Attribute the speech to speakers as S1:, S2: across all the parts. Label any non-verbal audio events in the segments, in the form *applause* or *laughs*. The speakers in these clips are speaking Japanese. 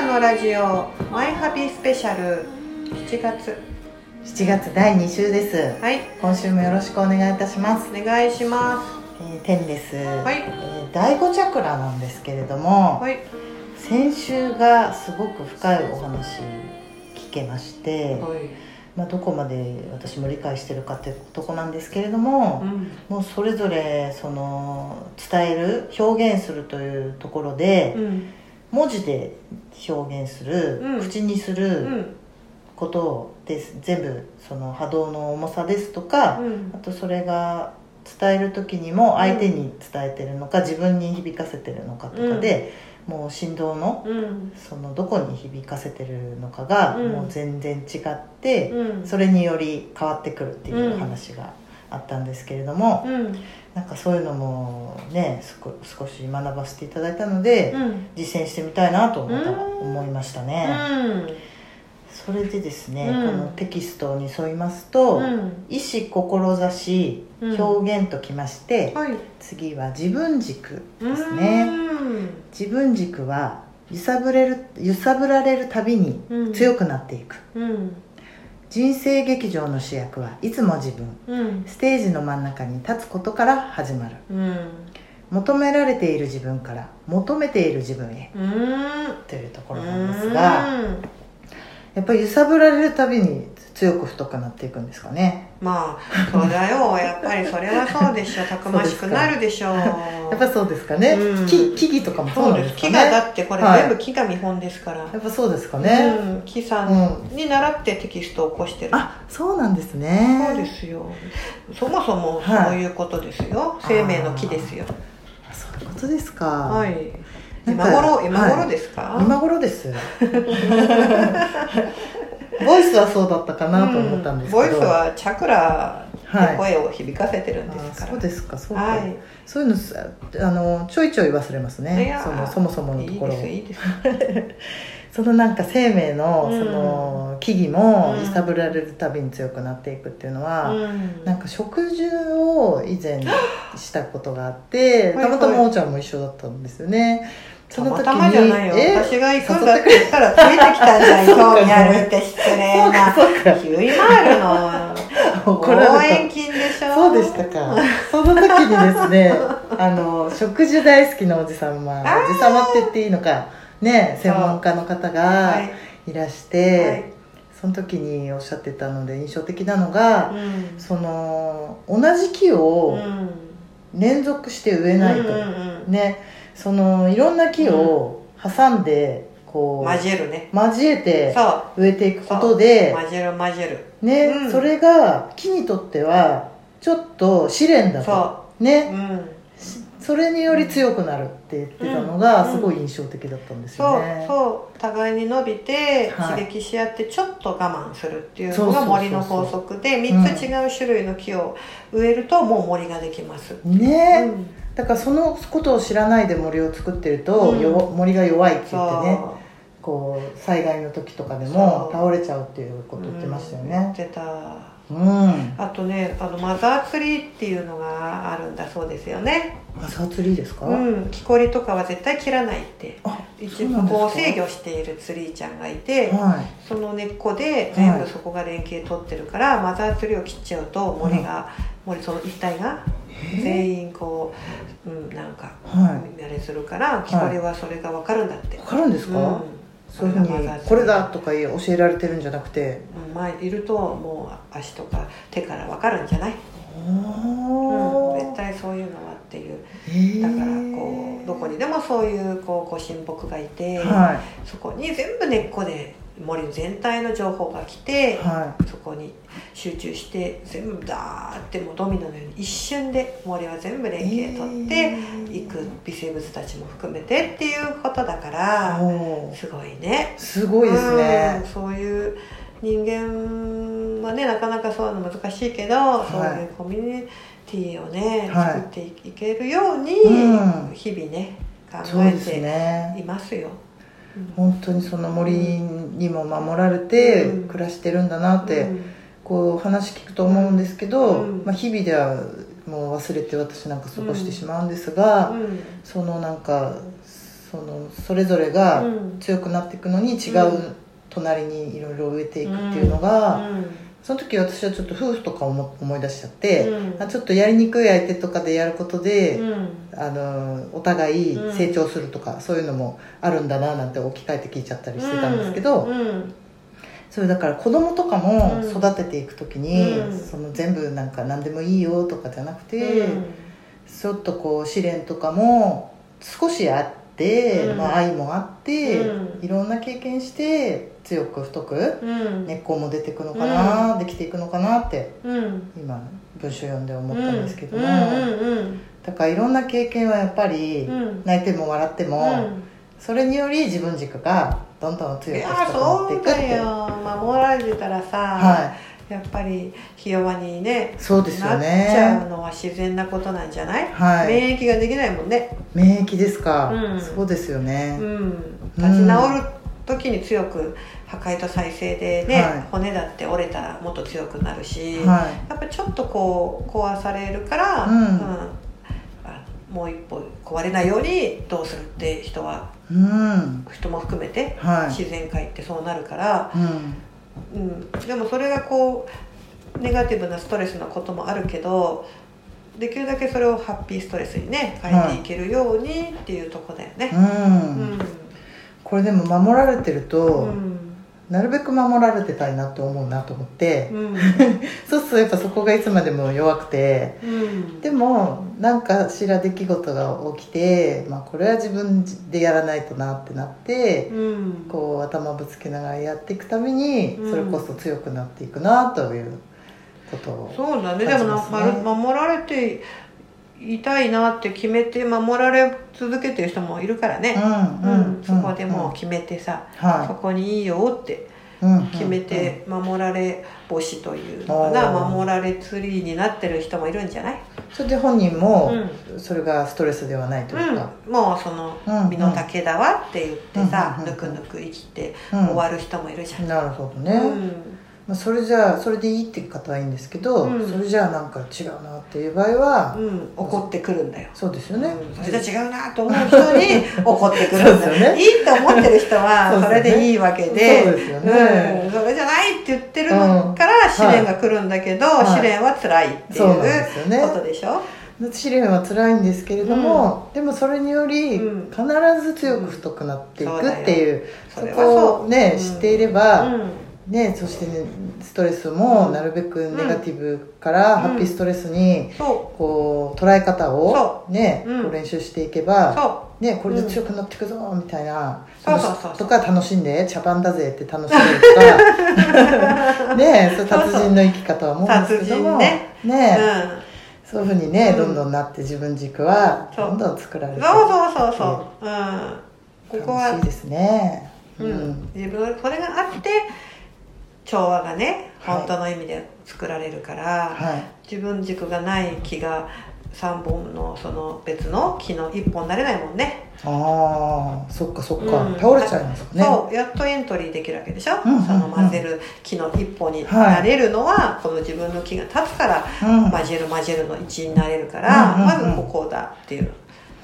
S1: んのラジオマイハビースペシャル7月
S2: 7月第2週です、
S1: はい
S2: 今週もよろしくお願いいたします、
S1: お願いしま
S2: えー、天です、
S1: はい
S2: えー第5チャクラなんですけれども、
S1: すはい
S2: 先週がすごく深いお話聞けまして、
S1: はい
S2: まあ、どこまで私も理解してるかってとこなんですけれども、
S1: ん
S2: もうそれぞれその伝える表現するというところで、
S1: うん
S2: 文字で表現する、
S1: うん
S2: 口にす
S1: う
S2: る
S1: ん
S2: ことです全部その波動の重さですとか、
S1: うん
S2: あとそれが伝える時にも相手に伝えてるのか、自分に響かせてるのかとかで、もう振動の
S1: うん
S2: そのどこに響かせてるのかが、
S1: うん
S2: もう全然違って、
S1: うん
S2: それにより変わってくるっていう話があったんですけれども、
S1: うん
S2: なんかそういうのもねすこ少し学ばせていただいたので、
S1: うん
S2: 実践してみたいなと思った
S1: うん
S2: 思いました
S1: う
S2: ね、
S1: ん
S2: それでですね、
S1: うん
S2: このテキストに沿いますと、
S1: うん
S2: 意思志
S1: うん
S2: 表現ときまして、
S1: はい
S2: 次は自分軸
S1: う
S2: ですね、
S1: ん
S2: 自分軸は揺さぶれる揺さぶられるたびに
S1: うん
S2: 強くなっていく、
S1: うん
S2: 人生劇場の主役はいつも自分
S1: うん
S2: ステージの真ん中に立つことから始まる
S1: うん
S2: 求められている自分から求めている自分へ
S1: うん
S2: というところなんですが、
S1: うん
S2: やっぱり揺さぶられるたびに強く太くなっていくんですかね
S1: まあそうだよやっぱりそれはそうでしょたくましくなるでしょう
S2: やっぱそうですかね、
S1: うん
S2: 木木々とかもそ
S1: そうう
S2: なん
S1: で
S2: です
S1: す
S2: か
S1: 木
S2: ね
S1: がだってこれ
S2: はい
S1: 全部木が見本ですから、
S2: やっぱそうですかね、
S1: うん、木さ
S2: うんん
S1: に習ってテキストを起こしてる、
S2: あそうなんですね
S1: そうですよそもそも
S2: は
S1: そう
S2: い
S1: いうことですよ、生命の木ですよ
S2: あそういうことですか、
S1: はい
S2: なん
S1: 今
S2: か
S1: 頃今
S2: は
S1: 頃
S2: い
S1: ですか、
S2: 今頃です
S1: *laughs*
S2: ボイスはそうだったかなと思ったんですけど、
S1: うんボイスはチャクラ
S2: は
S1: で
S2: い
S1: 声を響かせてるんで
S2: あ
S1: すから、
S2: そうですかそうか、
S1: はい
S2: そういうのすあのちょいちょい忘れます
S1: い
S2: ね
S1: や
S2: そのそもそものと
S1: いい
S2: ころ
S1: で
S2: を
S1: すいいです
S2: そのなんか生命の
S1: うん
S2: その木々も
S1: うん
S2: 揺さぶられるたびに強くなっていくっていうのは、
S1: うん
S2: なんか植樹を以前したことがあって
S1: はい
S2: たまたまおーちゃんも一緒だったんですよね。
S1: たまたまじゃないよ
S2: え
S1: 私が行くんだって言ったらついてきたんじゃん
S2: そうか
S1: 興味あるって失礼な
S2: そうか
S1: ヒュイマールの
S2: 怒られた
S1: 応援金でしょ
S2: そうでしたかその時にです
S1: *laughs*
S2: ねあの植樹大好きなおじさま
S1: あー
S2: おじさまって言っていいのかね専門家の方
S1: は
S2: が
S1: い、
S2: いら
S1: は
S2: し
S1: い
S2: て、その時におっしゃってたので印象的なのが、
S1: うん
S2: その同じ木を連続して植え
S1: うん
S2: ない
S1: う
S2: と、
S1: んうんうん
S2: ねそのいろんな木を挟んでこう、
S1: 交えるね
S2: 交えて
S1: そ
S2: 植えていくことで
S1: う交える交える
S2: ね、
S1: うん
S2: それが木にとってはちょっと試練だと
S1: そ
S2: ね
S1: ううん
S2: それにより強くなるって言ってたのが
S1: うん
S2: すごい印象的だったんです
S1: そ
S2: よ
S1: う
S2: ね、
S1: そう互いに伸びて
S2: はい
S1: 刺激し合ってちょっと我慢するっていうのが
S2: そうそうそうそう
S1: 森の法則で3つ違う種類の木を植えるともう森ができます
S2: ね、
S1: うん
S2: だからそのことを知らないで森を作ってると、
S1: うん
S2: よ森が弱いって言ってね
S1: そ
S2: こう災害の時とかでも
S1: そう
S2: 倒れちゃうっていうこと言ってましたよ
S1: うん言っ
S2: ね
S1: てた
S2: うん、
S1: あとねあのマザーツリーっていうのがあるんだそうですよね
S2: 朝釣りですか、
S1: うん木こりとかは絶対切らないって
S2: あ
S1: 一
S2: そうな
S1: 応
S2: んですか
S1: こう制御しているツリーちゃんがいて
S2: は
S1: その根っこで全部そこが連携取ってるから、マザーツリーを切っちゃうと森が、森その一体が
S2: い
S1: 全員こう、うん、なんか
S2: は
S1: あれするから木こりはそれが分かるんだって、
S2: いわかるんですか、
S1: うん
S2: そういうふうに
S1: マザーズ
S2: これだとか言う教えられてるんじゃなくて
S1: うん前いるともう足とか手から分かるんじゃない、うん、
S2: おー
S1: 絶対そういうのはっていう
S2: へー
S1: だからこうどこにでもそういうこうご神木がいて、
S2: は
S1: そこに全部根っこで森全体の情報が来て
S2: い、は
S1: そこに集中して全部ダーってもうドミノのように一瞬で森は全部
S2: い
S1: 連携取っ
S2: え
S1: て
S2: ー
S1: いく微生物たちも含めてっていうことだか
S2: お
S1: ら
S2: ー
S1: すごいね。
S2: すごいですね
S1: うんそういう人間はねなかなかそういうの難しいけど、
S2: はい
S1: そういうコミュニティをね、
S2: はい
S1: 作っていけるように、
S2: うん
S1: 日々ね考
S2: そう
S1: え
S2: です
S1: て
S2: ね
S1: いますよ。うん
S2: 本当にその森にも守られて
S1: うん
S2: 暮らしてるんだなって、
S1: うん
S2: こう話聞くと思うんですけど、
S1: うん
S2: まあ、日々ではもう忘れて私なんか過ごしてしまうんですが、
S1: うん
S2: そのなんかそのそれぞれが
S1: うん
S2: 強くなっていくのに違
S1: う
S2: うん隣にいろいろ植えていくっていうのが、
S1: うん
S2: その時私はちょっと夫婦とかを思思い出しちゃって、
S1: うん
S2: あちょっとやりにくい相手とかでやることで、
S1: うん
S2: あのお互い成長するとか、そういうのもあるんだななんて置き換えて聞いちゃったりしてたんですけど、
S1: うん
S2: それだから子供とかも
S1: うん
S2: 育てていく時に、
S1: うん
S2: その全部なんか何でもいいよとかじゃなくて、
S1: うん
S2: ちょっとこう試練とかも少しあって、
S1: うん
S2: まあ、愛もあって、
S1: うん
S2: いろんな経験して強く太く
S1: うん
S2: 根っこも出てくのかな、できていくのかなって
S1: うん
S2: 今文章読んで思ったんですけども、
S1: うんうん
S2: だからいろんな経験はやっぱり、
S1: うんうん
S2: 泣いても笑っても、
S1: うん
S2: それにより自分軸がどんどん
S1: い
S2: 強く
S1: や
S2: 太くなっ
S1: そ
S2: ていうくって
S1: だ
S2: いう。
S1: よ守られてたらさ、
S2: は
S1: やっぱりひ弱にね
S2: い、そうです
S1: な
S2: よ
S1: っちゃ
S2: ね
S1: うのは自然なことなんじゃない、
S2: はい
S1: 免疫ができないもんね、
S2: 免疫ですか、
S1: うん
S2: そうですよ
S1: う
S2: ね、
S1: ん、
S2: うん
S1: 立ち直る時に強く破壊と再生でね、
S2: はい
S1: 骨だって折れたらもっと強くなるし、
S2: は
S1: やっぱちょっとこう壊されるから、
S2: うん
S1: だからもう一歩壊れないようにどうするって人はい
S2: うん
S1: 人も含めて
S2: はい、
S1: 自然界ってそうなるから、
S2: う
S1: う
S2: ん、
S1: ん、でもそれがこうネガティブなストレスのこともあるけどできるだけそれをハッピーストレスにね変えていけるようにっていうとこだよね。
S2: う
S1: うんん
S2: これでも守られてる
S1: う
S2: と、
S1: ん
S2: なるべく守られてたいなと思うなと思って、
S1: うん
S2: そうするとやっぱそこがいつまでも弱くて
S1: うん
S2: でも何かしら出来事が起きて、まあ、これは自分でやらないとなってなって、
S1: うん
S2: こう頭ぶつけながらやっていくために
S1: うん
S2: それこそ強くなっていくなということを、
S1: そうだねでもな
S2: 感じますね
S1: まる守られていたいなって決めて守られ続けてる人もいるからね、
S2: うんうん
S1: そこでもう決めてさ、
S2: うんはい
S1: そこにいいよって
S2: うんうん
S1: 決めて守られ星というのかな、
S2: おー
S1: 守られツリーになってる人もいるんじゃない、
S2: それで本人も
S1: うん
S2: それがストレスではないというか、
S1: うんもうその
S2: うんうん
S1: 身の丈だわって言ってさ、
S2: うんうん
S1: ぬくぬく生きて
S2: うん
S1: 終わる人もいるじゃん、
S2: なるほどね、
S1: うん
S2: まあ、それじゃあそれでいいって方はいいんですけど、
S1: うん
S2: それじゃあなんか違うなっていう場合は、
S1: うん、怒ってくるんだよ
S2: そうですよね、
S1: うんそれじゃ違うなと思う人に怒ってくるん
S2: そう
S1: だ
S2: ですよね
S1: いいと思ってる人は
S2: そう
S1: そ
S2: で
S1: れ
S2: すよね
S1: でいいわけ
S2: そう
S1: で
S2: ですよね、
S1: うん、それじゃないって言ってるのから試練が来るんだけど、
S2: はい
S1: 試練は辛いってい
S2: そうなんですよね
S1: うことでしょ、
S2: 試練は辛いんですけれども、でもそれにより
S1: うん
S2: 必ず強く太くなっていくっていう,、
S1: そうだよ
S2: そこを
S1: それは
S2: ね、
S1: そう
S2: 知っていれ
S1: う
S2: ば、
S1: ん
S2: ね、そして、ね、ストレスもなるべくネガティブから
S1: うん
S2: ハッピーストレスに
S1: そ
S2: こう捉え方を
S1: そ、
S2: ね
S1: うん
S2: こう練習していけ
S1: う
S2: ば、
S1: そ
S2: ね、これで強くなっていくぞみたいな、
S1: そうそうそうそう
S2: とか楽しんで茶番だぜって楽しんでると
S1: *laughs*
S2: かねそれ達人の生き方は思うんですけど
S1: 達人
S2: も
S1: ねう、
S2: ね
S1: うん、
S2: そういうふうにね、
S1: うん
S2: どんどんなって自分軸は
S1: そう
S2: どんどん作られて
S1: そうそうそうそう、うん、ここ
S2: 楽しい
S1: は、
S2: ですね、
S1: うん自分それがあって調和がね
S2: はい
S1: 本当の意味で作られるから、
S2: はい
S1: 自分軸がない木が3本のその別の木の1本になれないもんね
S2: ああそっかそっか、
S1: うん
S2: 倒れちゃいますかね
S1: そうやっとエントリーできるわけでしょ、
S2: うんうんうん
S1: その混ぜる木の1本になれるのは、この自分の木が立つから
S2: うん
S1: 混ぜる混ぜるの一員になれるから、
S2: うんうんうん
S1: まずここだっていう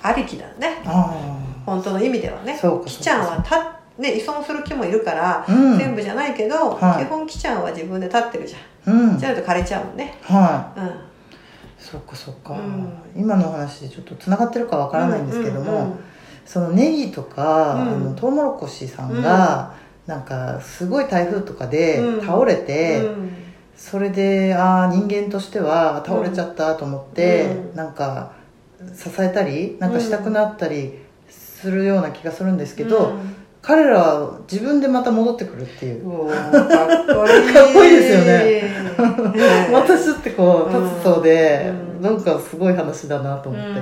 S1: ありきだね
S2: あ
S1: 本当の意味ではね
S2: そうかそうか
S1: 木ちゃんは立っね、依存する木もいるから、
S2: あ、うん、
S1: 全部じゃないけど、
S2: はい
S1: 基本木ちゃんは自分で立ってるじゃん、
S2: うん
S1: じゃないと枯れちゃうもんね
S2: は
S1: うん
S2: いそっかそっか、
S1: うん
S2: 今のお話でちょっとつながってるかわからないんですけども、
S1: うんうんうん
S2: そのネギとか、
S1: うん
S2: あのトウモロコシさんが、なんかすごい台風とかで
S1: うん
S2: 倒れて、
S1: うん
S2: それでああ人間としては倒れちゃったと思って、
S1: うん
S2: なんか支えたりなんかしたくなったりするような気がするんですけど、
S1: うん
S2: 彼らは自分でまた戻ってくるっていう
S1: うおーかっこいい
S2: かっこいいで
S1: *laughs*
S2: す
S1: よね
S2: またちょっとこう
S1: うん
S2: 立つそうで、
S1: うん
S2: なんかすごい話だなと思って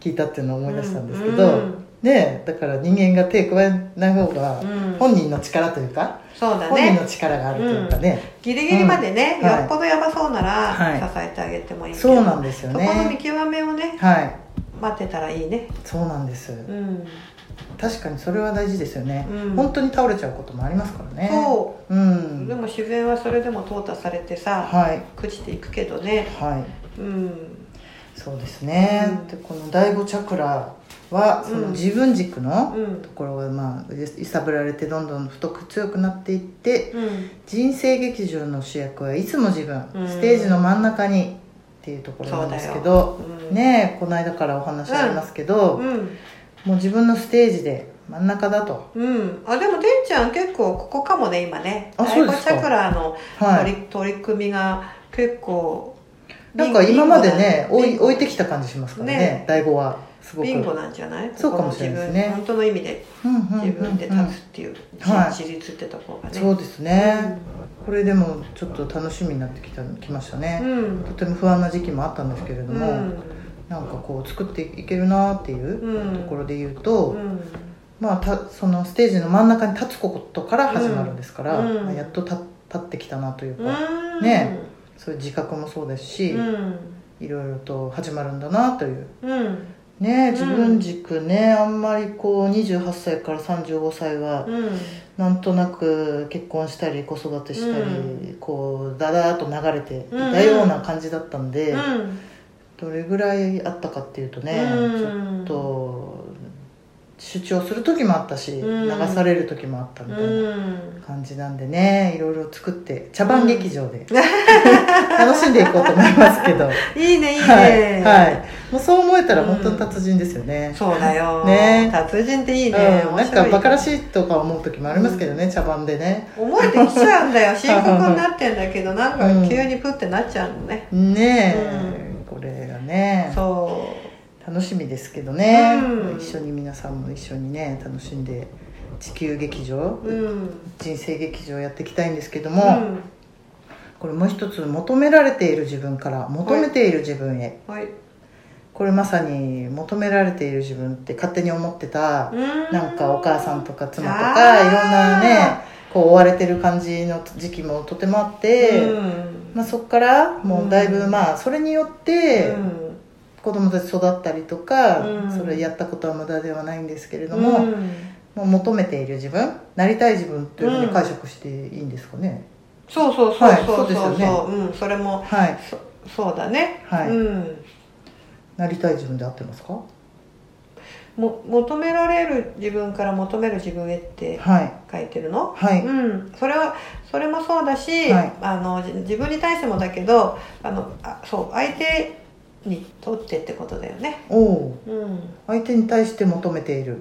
S2: 聞いたっていうのを思い出したんですけど、
S1: うん
S2: ねえだから人間が手加えない方が
S1: うん
S2: 本人の力というか、
S1: そうだ
S2: 本人
S1: ね
S2: の力があるというかね、
S1: ギリギリまでね、
S2: うんはい
S1: よっぽどやばそうなら
S2: はい
S1: 支えてあげてもいいけど、
S2: そうなんですよ
S1: そこの見
S2: ね
S1: 極めをね
S2: はい
S1: 待ってたらいいね
S2: そうなんです
S1: うん
S2: 確かにそれは大事ですよね、
S1: うん
S2: 本当に倒れちゃうこともありますからね
S1: そうう、
S2: ん
S1: でも自然はそれでも淘汰されてさ
S2: はい
S1: 朽ちていくけどね
S2: はい
S1: うん
S2: そうですね、
S1: うん
S2: でこの第五チャクラは
S1: うん
S2: その自分軸の
S1: うん
S2: ところがまあ揺さぶられてどんどん太く強くなっていって
S1: うん
S2: 人生劇場の主役はいつも自分
S1: うん
S2: ステージの真ん中にっていうところなんですけど
S1: うん
S2: ねえこの間からお話ありますけど
S1: うん
S2: もう自分のステージで真ん中だと
S1: うんあでもてんちゃん結構ここかもね今ね
S2: あそうです
S1: チ
S2: か
S1: ャクラの
S2: は
S1: 取
S2: い
S1: り,、取り組みが結構
S2: なんか今までね
S1: ビンゴ
S2: 置
S1: だ
S2: い置いてきた感じしますからね
S1: ね
S2: 第5はすごく
S1: ビンゴなんじゃない
S2: そうかもしれないですね
S1: ここの自分本当の意味で
S2: うんうんうんうん
S1: 自分で立つっていう
S2: はい
S1: 自立ってところがね、
S2: そうですねこれでもちょっと楽しみになってきたきましたね
S1: うん
S2: とても不安な時期もあったんですけれど
S1: うんう
S2: も、
S1: ん
S2: なんかこう作っていけるなっていう
S1: うん
S2: ところで言うと、
S1: うん
S2: まあたそのステージの真ん中に立つことから始まるんですから、
S1: うん
S2: まあやっと立立ってきたなというか、
S1: うん
S2: ねそういう自覚もそうですし、
S1: うん
S2: いろいろと始まるんだなという
S1: うん
S2: ね
S1: ん
S2: 自分軸ね、あんまりこう28歳から35歳は
S1: うん
S2: なんとなく結婚したり子育てしたり、
S1: う
S2: こうだだーっと流れていたような感じだったんで、
S1: うん
S2: どれぐらいあったかっていうとね、
S1: うん
S2: ちょっと主張する時もあったし、
S1: うん
S2: 流される時もあったみたいな
S1: うん
S2: 感じなんでねいろいろ作って茶番劇場で、 *laughs* 楽しんでいこうと思いますけど
S1: いい *laughs* ねいいね、
S2: はい、はい、もうそう思えたら本当に達人ですよね、
S1: そうだよ、
S2: ね
S1: 達人っていい
S2: うん
S1: ね、面
S2: なん
S1: 白
S2: か
S1: い
S2: バカらしいとか思う時もありますけどね、茶番でね
S1: 思えてきちゃうんだ
S2: *laughs*
S1: よ深刻になってんだけどなんか急にプってなっちゃうのね、
S2: ねえ、これがね
S1: そ
S2: 楽しみですけどね、
S1: うん
S2: 一緒に皆さんも一緒にね楽しんで地球劇場、
S1: ううん
S2: 人生劇場やっていきたいんですけど
S1: う
S2: も、
S1: ん
S2: これもう一つ求められている自分から求めている自分へ、
S1: はい
S2: これまさに求められている自分って勝手に思ってた、なんかお母さんとか妻とか
S1: あー
S2: いろんなねこう追われてる感じの時期もとてもあって、
S1: うん
S2: まあ、そこからもうだいぶ、
S1: うん
S2: まあそれによって
S1: うん
S2: 子供たち育ったりとか、
S1: うん
S2: それやったことは無駄ではないんですけれど
S1: う
S2: も、
S1: ん
S2: もう求めている自分なりたい自分というふうに解釈していいんですかね、
S1: そうそうそう
S2: はい
S1: そうそう
S2: そ
S1: そ
S2: う
S1: う,、
S2: ですよ
S1: うんそれも
S2: はい
S1: そそうだね、
S2: はい、
S1: うん
S2: なりたい自分で合ってますか
S1: も求められる自分から求める自分へって
S2: はい
S1: 書いてるの
S2: はい、
S1: うん、それはそれもそうだし、
S2: はい
S1: あのじ自分に対してもだけどあのあそう相手にとってってことだよね、
S2: おお
S1: うん、
S2: 相手に対して求めている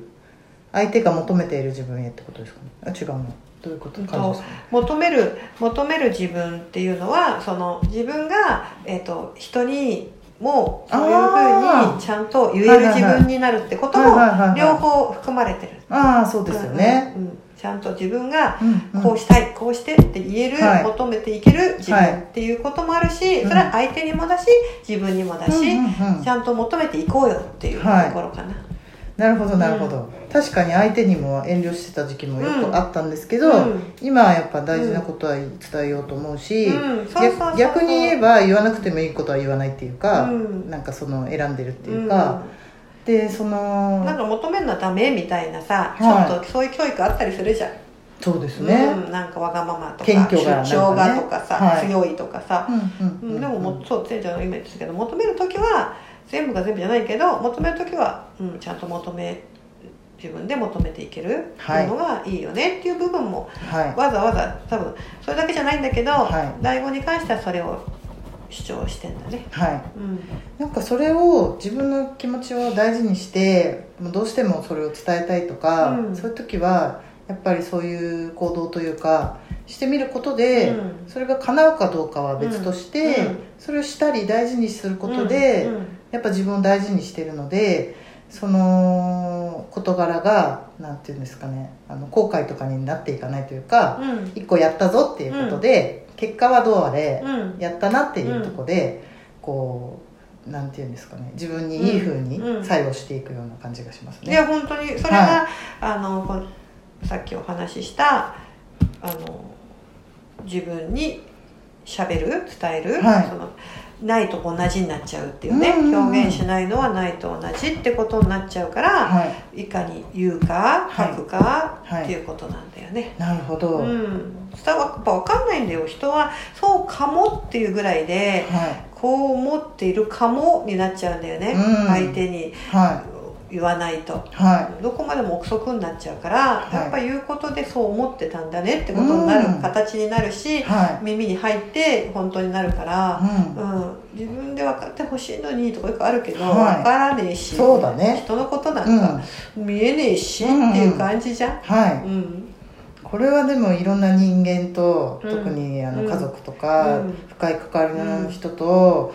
S2: 相手が求めている自分へってことですかねあ違うのどういうこと
S1: うんと
S2: 感じですかね
S1: 求める求める自分っていうのはその自分が、えっと人にもそういう
S2: あ
S1: ふう
S2: ー
S1: にちゃんと言え
S2: はいはい
S1: る
S2: はい
S1: 自分になるってこと
S2: はい
S1: も
S2: はいはい
S1: 両
S2: はい
S1: 方含まれてる。
S2: ああそうですよね、
S1: うんうんちゃんと自分が
S2: うんうん
S1: こうしたいこうしてって言える、
S2: はい
S1: 求めていける自
S2: はい
S1: 分っていうこともあるし、
S2: うん
S1: それは相手にもだし自分にもだし、
S2: うんうんうん
S1: ちゃんと求めていこうよっていうと
S2: はい
S1: ころかな。
S2: なるほどなるほど、確かに相手にも遠慮してた時期もよくあったんですけど、
S1: うん
S2: 今はやっぱ大事なことは伝えようと思うし、
S1: うんそうそうそうそう
S2: 逆逆に言えば言わなくてもいいことは言わないっていうか、
S1: うん
S2: なんかその選んでるっていうか、でそ
S1: うん
S2: の
S1: なんか求めるのはダメみたいなさ、
S2: はい
S1: ちょっとそういう教育あったりするじゃん、
S2: そうですね、
S1: うん、なんかわがままとか
S2: 謙虚がなんかね
S1: 主張がとかさ、
S2: はい
S1: 強いとかさ、
S2: うん
S1: うんでももそうてんちゃんの今言ってたけど求める時は全部が全部じゃないけど求める時は、うん、ちゃんと求め自分で求めていけるって
S2: はい
S1: いうのがいいよねっていう部分も
S2: はい
S1: わざわざ多分それだけじゃないんだけど、
S2: は
S1: 醍醐に関してはそれを主張してんだね。
S2: はい
S1: うん
S2: なんかそれを自分の気持ちを大事にしてもうどうしてもそれを伝えたいとか、
S1: うん
S2: そういう時はやっぱりそういう行動というかしてみることで、
S1: うん
S2: それが叶うかどうかは別として、
S1: うんうん
S2: それをしたり大事にすることで、
S1: うん
S2: やっぱ自分を大事にしてるのでその事柄がなんていうんですかねあの後悔とかになっていかないというか、
S1: うんうん
S2: 一個やったぞっていうことで、結果はどうあれ、
S1: うん
S2: やったなっていうとこで、こうなんていうんですかね自分にいい風に
S1: うんうん
S2: 作用していくような感じがします
S1: い
S2: ね、
S1: や本当にそれが、
S2: は
S1: あのこうさっきお話ししたあの自分にしゃべる伝える、
S2: はい
S1: そのないと同じになっちゃうっていうね、
S2: うんうんうん
S1: 表現しないのはないと同じってことになっちゃうから、
S2: はい
S1: い、かに言うか
S2: はい
S1: 書くか、
S2: はい
S1: っていうことなんだよね。
S2: なるほど、
S1: う
S2: はい
S1: ん、伝わやっぱ分かんないんだよ人はそうかもっていうぐらいでこう思っているかもになっちゃうんだよね、
S2: うん
S1: 相手に
S2: は
S1: 言わないと
S2: は
S1: どこまでも憶測になっちゃうから、
S2: はい
S1: やっぱ言うことでそう思ってたんだねってことにな
S2: うん
S1: る形になる
S2: い
S1: し
S2: は
S1: 耳に入って本当になるから、
S2: い、うん
S1: うん、自分で分かってほしいのにとかよくあるけど、
S2: はい
S1: 分からねえし
S2: そうだね
S1: 人のことな
S2: うん
S1: んか見えねえしっていう感じじゃん。
S2: は
S1: う
S2: い、
S1: ん
S2: これはでもいろんな人間と、
S1: うん
S2: 特にあ
S1: う
S2: の
S1: ん
S2: 家族とか、
S1: うん
S2: 深い関わりの人と、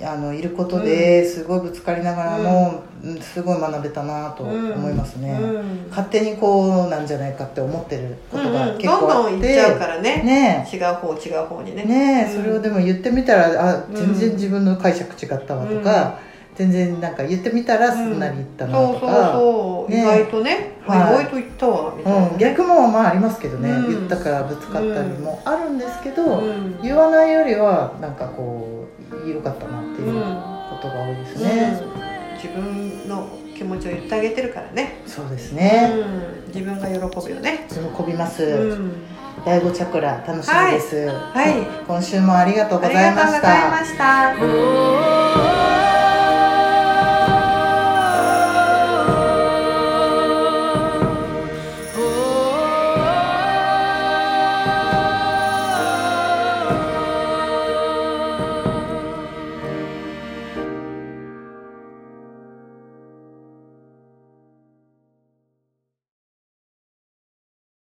S2: あのいることですごいぶつかりながらも、うんすごい学べたなと思いますね、
S1: うん
S2: 勝手にこうなんじゃないかって思ってること
S1: うん
S2: が
S1: うん
S2: 結構あ
S1: どんど
S2: っ
S1: ん行っちゃう
S2: て
S1: からね
S2: ね
S1: 違う方違う方にね
S2: えねえ
S1: うん
S2: それをでも言ってみたらあ
S1: うん
S2: 全然自分の解釈違ったわとか、全然なんか言ってみたらすんなりいったな
S1: そう
S2: とか、
S1: そうそう、
S2: ね
S1: 意外とね、
S2: はい
S1: 意外と行ったわみたいな、
S2: うん、逆もまあありますけどね、
S1: うん
S2: 言ったからぶつかったりもあるんですけど、
S1: うん
S2: 言わないよりはなんかこう良かったなっていううんことが多いです
S1: ね
S2: ね、
S1: 自分の気持ちを言ってあげてるからね、
S2: そうですね、
S1: うん、自分が喜ぶよね、
S2: 喜びます、
S1: うん、
S2: 第五チャクラ楽しみです、
S1: はい
S2: 今週もありがとうご
S1: あり
S2: ざい
S1: が
S2: ま
S1: とうご
S2: し
S1: ざい
S2: た
S1: ました
S3: 「おー